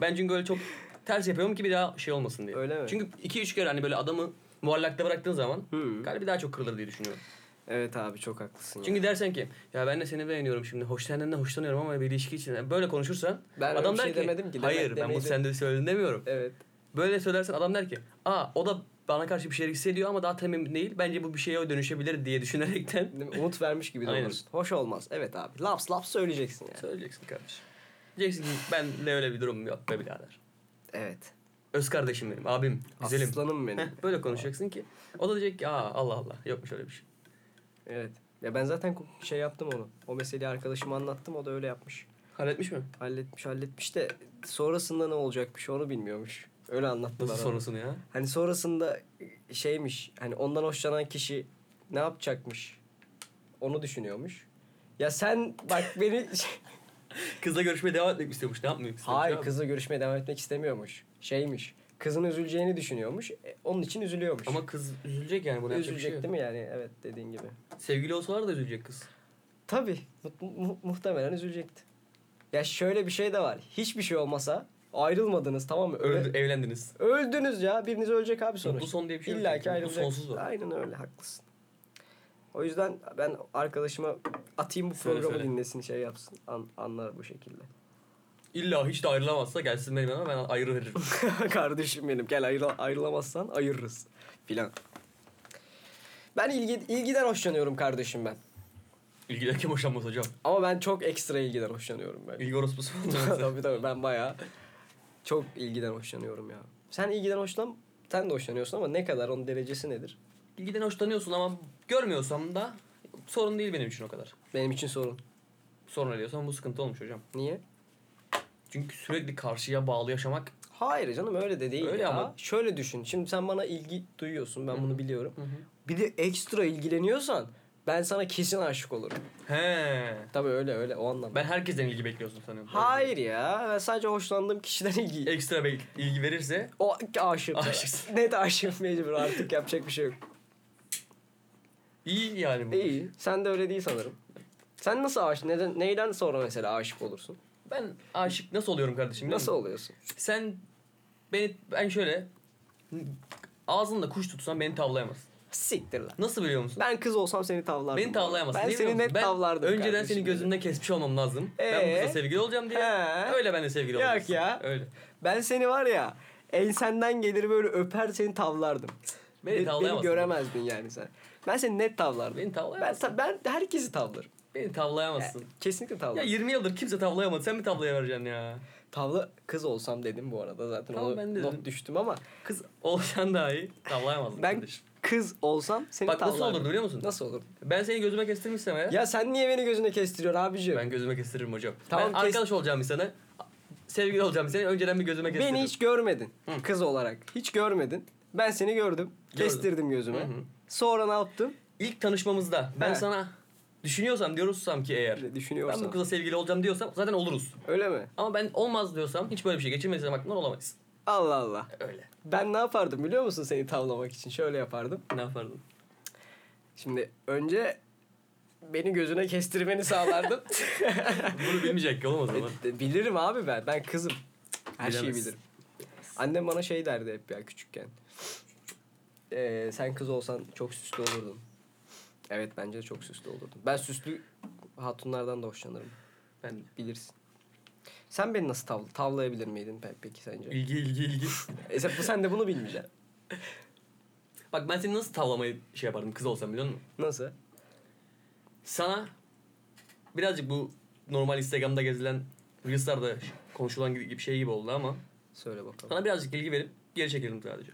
Speaker 2: ben çünkü öyle çok ters yapıyorum ki bir daha şey olmasın diye.
Speaker 1: Öyle mi?
Speaker 2: Çünkü iki üç kere hani böyle adamı muallakta bıraktığın zaman
Speaker 1: Hı.
Speaker 2: galiba daha çok kırılır diye düşünüyorum.
Speaker 1: Evet abi çok haklısın. Çünkü
Speaker 2: Çünkü dersen ki ya ben de seni beğeniyorum şimdi hoş senden de hoşlanıyorum ama bir ilişki için Yani böyle konuşursan
Speaker 1: Ben öyle
Speaker 2: adam
Speaker 1: bir
Speaker 2: der
Speaker 1: şey
Speaker 2: ki
Speaker 1: demedim ki,
Speaker 2: hayır
Speaker 1: demek
Speaker 2: ben bunu
Speaker 1: demeydim."
Speaker 2: sen de söyledin demiyorum.
Speaker 1: evet.
Speaker 2: Böyle söylersen adam der ki aa o da bana karşı bir şeyler hissediyor ama daha tam emin değil. Bence bu bir şeye dönüşebilir diye düşünerekten
Speaker 1: Değil mi? Umut vermiş gibi de
Speaker 2: Aynen.
Speaker 1: olursun. Hoş olmaz. Evet abi. Laps laps söyleyeceksin yani.
Speaker 2: söyleyeceksin kardeşim. Diyeceksin ki benle öyle bir durum yok be birader.
Speaker 1: Evet.
Speaker 2: Öz kardeşim benim, abim, güzelim.
Speaker 1: Aslanım benim.
Speaker 2: Heh, böyle konuşacaksın ki o da diyecek ki aa Allah Allah yokmuş öyle bir şey.
Speaker 1: evet. Ya ben zaten ko- şey yaptım onu. O meseleyi arkadaşıma anlattım. O da öyle yapmış.
Speaker 2: Halletmiş mi?
Speaker 1: Halletmiş halletmiş de sonrasında ne olacakmış onu bilmiyormuş. Öyle anlattı
Speaker 2: Nasıl
Speaker 1: bana.
Speaker 2: sonrasını ya?
Speaker 1: Hani sonrasında şeymiş hani ondan hoşlanan kişi ne yapacakmış onu düşünüyormuş. Ya sen bak beni
Speaker 2: Kızla görüşmeye devam etmek mi istiyormuş? Ne yapmayı istiyormuş?
Speaker 1: Hayır
Speaker 2: abi?
Speaker 1: kızla görüşmeye devam etmek istemiyormuş. Şeymiş. Kızın üzüleceğini düşünüyormuş. e, onun için üzülüyormuş.
Speaker 2: Ama kız üzülecek yani buna yapacak bir
Speaker 1: üzülecek
Speaker 2: şey yok.
Speaker 1: değil mi yani? Evet dediğin gibi.
Speaker 2: Sevgili olsalar da üzülecek kız.
Speaker 1: Tabii. mu- mu- muhtemelen üzülecekti. Ya şöyle bir şey de var. Hiçbir şey olmasa ayrılmadınız tamam mı?
Speaker 2: Öldü, evlendiniz.
Speaker 1: Öldünüz ya. Biriniz ölecek abi sonuçta.
Speaker 2: Bu son diye bir şey yok
Speaker 1: İlla
Speaker 2: çünkü.
Speaker 1: ki
Speaker 2: Bu
Speaker 1: ayrılacak.
Speaker 2: sonsuz var.
Speaker 1: Aynen öyle haklısın. O yüzden ben arkadaşıma atayım bu
Speaker 2: Söyle,
Speaker 1: programı
Speaker 2: söyle.
Speaker 1: dinlesin şey yapsın. An- anlar bu şekilde.
Speaker 2: İlla hiç de ayrılamazsa gelsin benim yanıma ben ayrı veririm.
Speaker 1: Kardeşim benim gel ayrı- ayrılamazsan ayırırız filan. Ben ilgi, ilgiden hoşlanıyorum kardeşim ben.
Speaker 2: İlgiden kim hoşlanmaz hocam?
Speaker 1: Ama ben çok ekstra ilgiden hoşlanıyorum ben.
Speaker 2: İlgi orospusu falan.
Speaker 1: tabii tabii ben bayağı çok ilgiden hoşlanıyorum ya. Sen ilgiden hoşlan, sen de hoşlanıyorsun ama ne kadar onun derecesi nedir?
Speaker 2: İlgiden hoşlanıyorsun ama görmüyorsam da sorun değil benim için o kadar.
Speaker 1: Benim için sorun.
Speaker 2: Sorun ediyorsan bu sıkıntı olmuş hocam.
Speaker 1: Niye?
Speaker 2: Çünkü sürekli karşıya bağlı yaşamak
Speaker 1: Hayır canım öyle de değil
Speaker 2: Öyle
Speaker 1: ya.
Speaker 2: ama-
Speaker 1: Şöyle düşün. Şimdi sen bana ilgi duyuyorsun. Ben bunu biliyorum.
Speaker 2: hı.
Speaker 1: Bir de ekstra ilgileniyorsan ben sana kesin aşık olurum.
Speaker 2: he.
Speaker 1: Tabii öyle öyle o anlamda.
Speaker 2: Ben herkesten ilgi bekliyorsun sanıyorum.
Speaker 1: Hayır ya. Ben sadece hoşlandığım kişiden ilgi.
Speaker 2: Ekstra bek- ilgi verirse
Speaker 1: O aşığım.
Speaker 2: Aşıksın.
Speaker 1: Net aşığım mecbur artık yapacak bir şey yok.
Speaker 2: iyi yani bu.
Speaker 1: İyi. Sen de öyle değil sanırım. Sen nasıl aşık? Neden, neyden sonra mesela aşık olursun?
Speaker 2: Ben aşık nasıl oluyorum kardeşim? biliyor
Speaker 1: Nasıl
Speaker 2: musun?
Speaker 1: oluyorsun?
Speaker 2: Sen beni ben şöyle ağzında kuş tutsan beni tavlayamaz.
Speaker 1: Siktir lan.
Speaker 2: Nasıl biliyor musun?
Speaker 1: Ben kız olsam seni tavlardım.
Speaker 2: Beni tavlayamazsın.
Speaker 1: Ben
Speaker 2: niye biliyor
Speaker 1: seni
Speaker 2: musun?
Speaker 1: net tavlardım.
Speaker 2: Önceden
Speaker 1: kardeşim
Speaker 2: seni
Speaker 1: benim.
Speaker 2: gözümden kesmiş olmam lazım. Ben bu
Speaker 1: Ee?
Speaker 2: kıza sevgili olacağım diye.
Speaker 1: He.
Speaker 2: Öyle ben de sevgili
Speaker 1: Yok
Speaker 2: olacağım.
Speaker 1: ya.
Speaker 2: Öyle.
Speaker 1: Ben seni var ya ensenden gelir böyle öper seni tavlardım.
Speaker 2: Beni
Speaker 1: Be-
Speaker 2: tavlayamazsın.
Speaker 1: göremezdin yani sen. Ben seni net tavlardım.
Speaker 2: Beni
Speaker 1: ben,
Speaker 2: tavlayamazsın.
Speaker 1: ta- ben herkesi tavlarım.
Speaker 2: Beni tavlayamazsın.
Speaker 1: Kesinlikle
Speaker 2: Ya
Speaker 1: tavlarım.
Speaker 2: 20 yıldır kimse tavlayamadı. Sen mi tavlayavereceksin ya?
Speaker 1: Tavla kız olsam dedim bu arada zaten
Speaker 2: Tamam,
Speaker 1: onu
Speaker 2: ben de dedim.
Speaker 1: not düştüm ama
Speaker 2: Kız olsan daha iyi. Tavlayamazdın
Speaker 1: ben
Speaker 2: kardeşim.
Speaker 1: kız olsam seni
Speaker 2: Bak
Speaker 1: tavlardım.
Speaker 2: nasıl olurdu biliyor musun?
Speaker 1: Nasıl olurdu?
Speaker 2: Ben seni gözüme kestirmişsem eğer.
Speaker 1: Ya sen niye beni gözüne kestiriyorsun abiciğim?
Speaker 2: Ben gözüme kestiririm hocam.
Speaker 1: Tamam,
Speaker 2: ben
Speaker 1: kes-
Speaker 2: arkadaş olacağım bir sana. Sevgili olacağım bir sana. Önceden bir gözüme kestiririm.
Speaker 1: Beni hiç görmedin kız olarak. Hiç görmedin. Ben seni gördüm. Kestirdim gözüme.
Speaker 2: hı.
Speaker 1: Sonra ne yaptım?
Speaker 2: İlk tanışmamızda ben
Speaker 1: He.
Speaker 2: sana düşünüyorsam diyorsam ki eğer. Ben
Speaker 1: Düşünüyorsan.
Speaker 2: bu kıza sevgili olacağım diyorsam zaten oluruz.
Speaker 1: Öyle mi?
Speaker 2: Ama ben olmaz diyorsam hiç böyle bir şey geçirmediysem aklımdan olamayız.
Speaker 1: Allah Allah.
Speaker 2: Öyle.
Speaker 1: Ben ne yapardım biliyor musun seni tavlamak için? Şöyle yapardım.
Speaker 2: Ne yapardın?
Speaker 1: Şimdi önce beni gözüne kestirmeni sağlardım.
Speaker 2: Bunu bilmeyecek ki olmaz ama.
Speaker 1: E, Bilirim abi ben. Ben kızım. Her şeyi
Speaker 2: Bilemez.
Speaker 1: bilirim. Annem bana şey derdi hep ya küçükken. Ee, sen kız olsan çok süslü olurdun. Evet bence de çok süslü olurdun. Ben süslü hatunlardan da hoşlanırım.
Speaker 2: Ben
Speaker 1: Bilirsin. Sen beni nasıl tav- tavlayabilir miydin pe- peki sence?
Speaker 2: ilgi ilgi ilgi.
Speaker 1: E sen, sen de bunu bilmeyeceksin.
Speaker 2: Bak ben seni nasıl tavlamayı şey yapardım kız olsam biliyor musun?
Speaker 1: Nasıl?
Speaker 2: Sana birazcık bu normal Instagram'da gezilen Reels'larda konuşulan gibi gibi şey gibi oldu ama
Speaker 1: Söyle bakalım.
Speaker 2: sana birazcık ilgi verip geri çekildim sadece.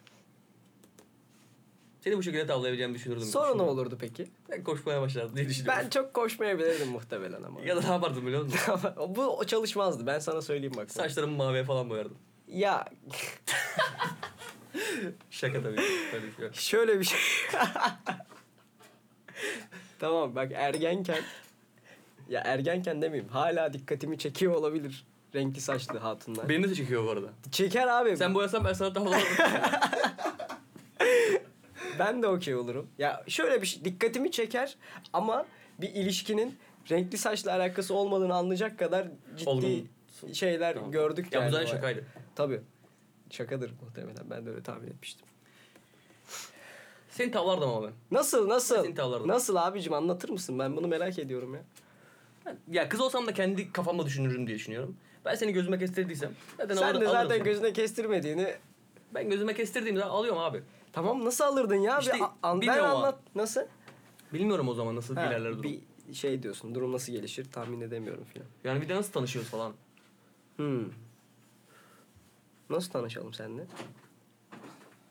Speaker 2: Seni bu şekilde tavlayabileceğimi düşünürdüm.
Speaker 1: Sonra ne olurdu peki?
Speaker 2: Ben koşmaya başlardım diye
Speaker 1: Ben
Speaker 2: düşünüyorum.
Speaker 1: çok koşmayabilirdim muhtemelen ama.
Speaker 2: Ya da ne yapardım biliyor musun?
Speaker 1: Ama Bu o çalışmazdı ben sana söyleyeyim bak.
Speaker 2: Saçlarımı maviye falan boyardım.
Speaker 1: Ya
Speaker 2: Şaka tabii. Böyle bir şey yok.
Speaker 1: Şöyle bir şey. tamam bak ergenken ya ergenken demeyeyim hala dikkatimi çekiyor olabilir renkli saçlı hatunlar.
Speaker 2: Beni de çekiyor bu arada.
Speaker 1: Çeker abi.
Speaker 2: Sen boyasan ben sana tavlardım.
Speaker 1: Ben de okey olurum. Ya şöyle bir şey dikkatimi çeker ama bir ilişkinin renkli saçla alakası olmadığını anlayacak kadar ciddi
Speaker 2: Olgun.
Speaker 1: şeyler
Speaker 2: Tamam.
Speaker 1: gördük.
Speaker 2: ya bu
Speaker 1: yani
Speaker 2: zaten
Speaker 1: o-
Speaker 2: şakaydı.
Speaker 1: Tabii. Şakadır muhtemelen. Ben de öyle tahmin etmiştim.
Speaker 2: Seni tavlardım ama ben.
Speaker 1: Nasıl
Speaker 2: Ben
Speaker 1: nasıl?
Speaker 2: seni tavlardım.
Speaker 1: Nasıl abicim anlatır mısın? Ben bunu merak ediyorum ya.
Speaker 2: Ya kız olsam da kendi kafamda düşünürüm diye düşünüyorum. Ben seni gözüme kestirdiysem zaten alır-
Speaker 1: Sen de
Speaker 2: alırım
Speaker 1: zaten
Speaker 2: seni.
Speaker 1: gözüne kestirmediğini
Speaker 2: Ben gözüme kestirdiğimde alıyorum abi.
Speaker 1: Tamam nasıl alırdın ya?
Speaker 2: İşte
Speaker 1: bir a- an- ben
Speaker 2: bilmiyorum ama.
Speaker 1: anlat. Nasıl?
Speaker 2: Bilmiyorum o zaman nasıl
Speaker 1: Ha,
Speaker 2: ilerler durum.
Speaker 1: Bir şey diyorsun. Durum nasıl gelişir tahmin edemiyorum filan.
Speaker 2: Yani bir de nasıl tanışıyoruz falan.
Speaker 1: Hmm. Nasıl tanışalım seninle?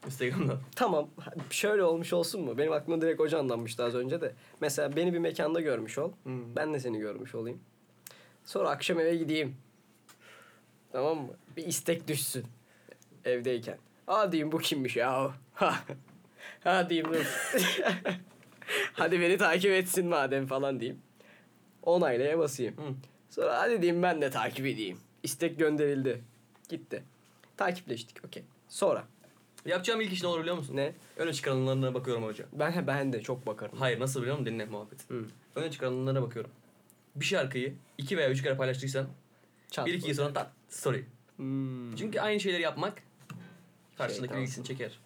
Speaker 2: Instagram'da.
Speaker 1: Tamam ha, şöyle olmuş olsun mu? Benim aklıma direkt o canlanmıştı az önce de. Mesela beni bir mekanda görmüş ol. Ben de seni görmüş olayım. Sonra akşam eve gideyim. Tamam mı? Bir istek düşsün. Evdeyken. Aa diyeyim bu kimmiş ya? Ha. ha diyeyim dur. hadi beni takip etsin madem falan diyeyim. Onaylaya basayım.
Speaker 2: Hı.
Speaker 1: Sonra hadi diyeyim ben de takip edeyim. İstek gönderildi. Gitti. Takipleştik okey. Sonra
Speaker 2: Yapacağım ilk iş ne olur biliyor musun?
Speaker 1: ne?
Speaker 2: Öne çıkarılanlarına bakıyorum hocam.
Speaker 1: Ben ben de çok bakarım.
Speaker 2: Hayır nasıl biliyor musun? Dinle muhabbeti.
Speaker 1: Hı.
Speaker 2: Öne çıkarılanlara bakıyorum. bir şarkıyı iki veya üç kere paylaştıysan
Speaker 1: Çat.
Speaker 2: bir iki yıl sonra tak story.
Speaker 1: Hmm.
Speaker 2: Çünkü aynı şeyleri yapmak karşındaki
Speaker 1: Şey, tamam.
Speaker 2: ilgisini çeker.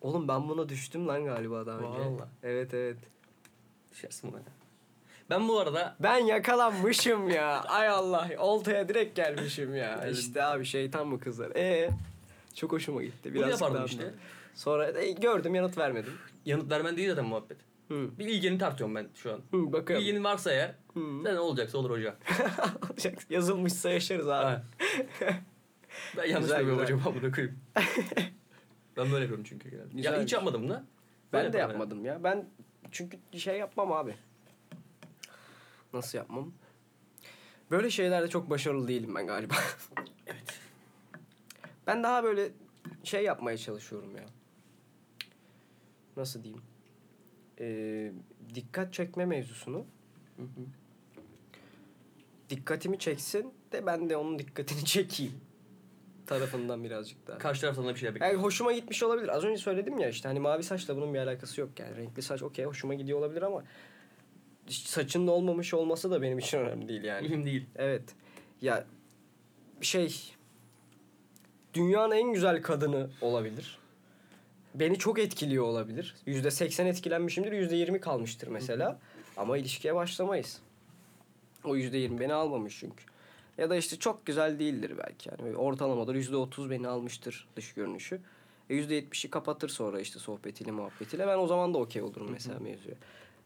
Speaker 1: Oğlum ben buna düştüm lan galiba daha önce.
Speaker 2: Vallahi.
Speaker 1: Evet evet.
Speaker 2: Düşersin buna. Ben bu arada
Speaker 1: Ben yakalanmışım ya. Ay Allah. Oltaya direkt gelmişim ya. İşte abi şeytan mı kızlar? Ee, çok hoşuma gitti.
Speaker 2: bunu
Speaker 1: Biraz
Speaker 2: yapardım
Speaker 1: kılandım.
Speaker 2: işte.
Speaker 1: Sonra e, gördüm yanıt vermedim.
Speaker 2: Yanıt vermen değil zaten muhabbet.
Speaker 1: Hı.
Speaker 2: Bir ilgeni tartıyorum ben şu an.
Speaker 1: Hı, bakalım.
Speaker 2: İlgin varsa eğer
Speaker 1: Hı.
Speaker 2: sen ne olacaksa olur hocam.
Speaker 1: Yazılmışsa yaşarız abi.
Speaker 2: Ha. ben yanlış
Speaker 1: Güzel,
Speaker 2: yapıyorum
Speaker 1: güzel.
Speaker 2: acaba bunu koyayım. ben böyle yapıyorum çünkü genelde. ya
Speaker 1: Güzelmiş.
Speaker 2: hiç yapmadım da.
Speaker 1: Ben
Speaker 2: Böyle
Speaker 1: de
Speaker 2: yaparım
Speaker 1: yapmadım ya. Ben çünkü şey yapmam abi. Nasıl yapmam? Böyle şeylerde çok başarılı değilim ben galiba. evet. Ben daha böyle şey yapmaya çalışıyorum ya. Nasıl diyeyim? Ee, dikkat çekme mevzusunu. Dikkatimi çeksin de ben de onun dikkatini çekeyim. Tarafından birazcık daha.
Speaker 2: yani. Karşı taraftan da bir şey şeyler bekliyorum.
Speaker 1: Yani hoşuma gitmiş olabilir. Az önce söyledim ya işte hani mavi saçla bunun bir alakası yok yani. Renkli saç okey hoşuma gidiyor olabilir ama saçın da olmamış olması da benim için önemli değil yani.
Speaker 2: Mühim değil.
Speaker 1: evet. Ya şey dünyanın en güzel kadını olabilir. Beni çok etkiliyor olabilir. Yüzde seksen etkilenmişimdir. Yüzde yirmi kalmıştır mesela. Ama ilişkiye başlamayız. O yüzde yirmi beni almamış çünkü. Ya da işte çok güzel değildir belki. Yani Böyle ortalamadır yüzde otuz beni almıştır dış görünüşü. E yüzde yetmişi kapatır sonra işte sohbetiyle muhabbetiyle. Ben o zaman da okey olurum mesela mevzuya.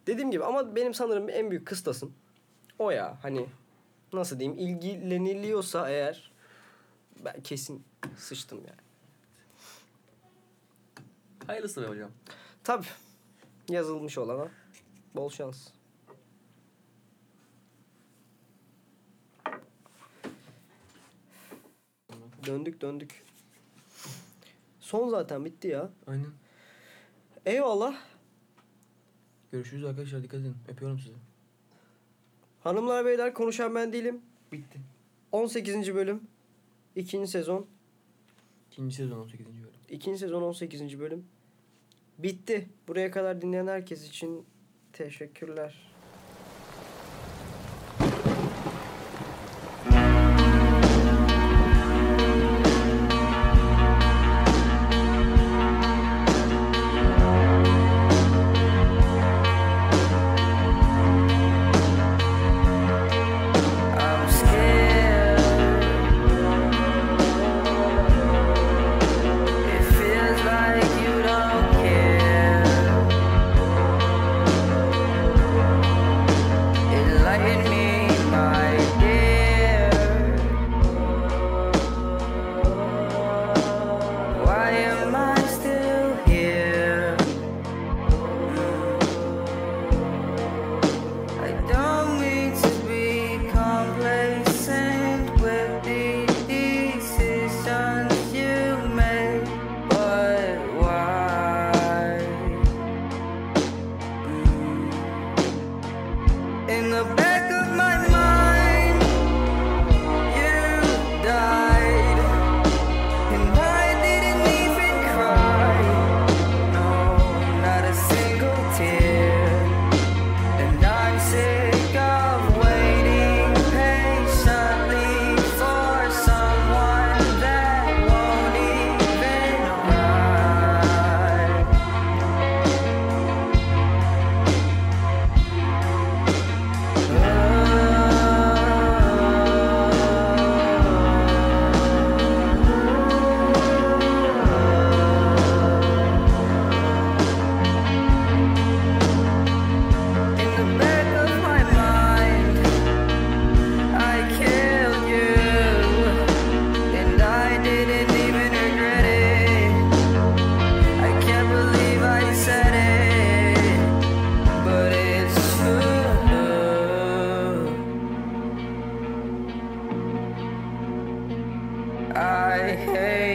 Speaker 1: Dediğim gibi ama benim sanırım en büyük kıstasım o ya. Hani nasıl diyeyim ilgileniliyorsa eğer ben kesin sıçtım yani.
Speaker 2: Hayırlısı be hocam.
Speaker 1: Tabii yazılmış olana bol şans. Döndük döndük. Son zaten bitti ya.
Speaker 2: Aynen.
Speaker 1: Eyvallah.
Speaker 2: Görüşürüz arkadaşlar dikkat edin. Öpüyorum sizi.
Speaker 1: Hanımlar beyler konuşan ben değilim.
Speaker 2: Bitti.
Speaker 1: 18. bölüm. 2. sezon.
Speaker 2: İkinci sezon 18. bölüm.
Speaker 1: 2. sezon 18. bölüm. Bitti. Buraya kadar dinleyen herkes için teşekkürler.
Speaker 7: I'm scared. It feels like you don't care. Enlighten me, my dear. Why am I still here? I don't mean to be complacent with the decisions you make, but why? Mm. In the back of my mind, you died, and I didn't even cry. No, not a single tear. And I'm sick of waiting patiently for someone that won't even arrive. In the back of my mind, I killed you, and I didn't even regret it. I can't believe I said it, but it's true. I hate.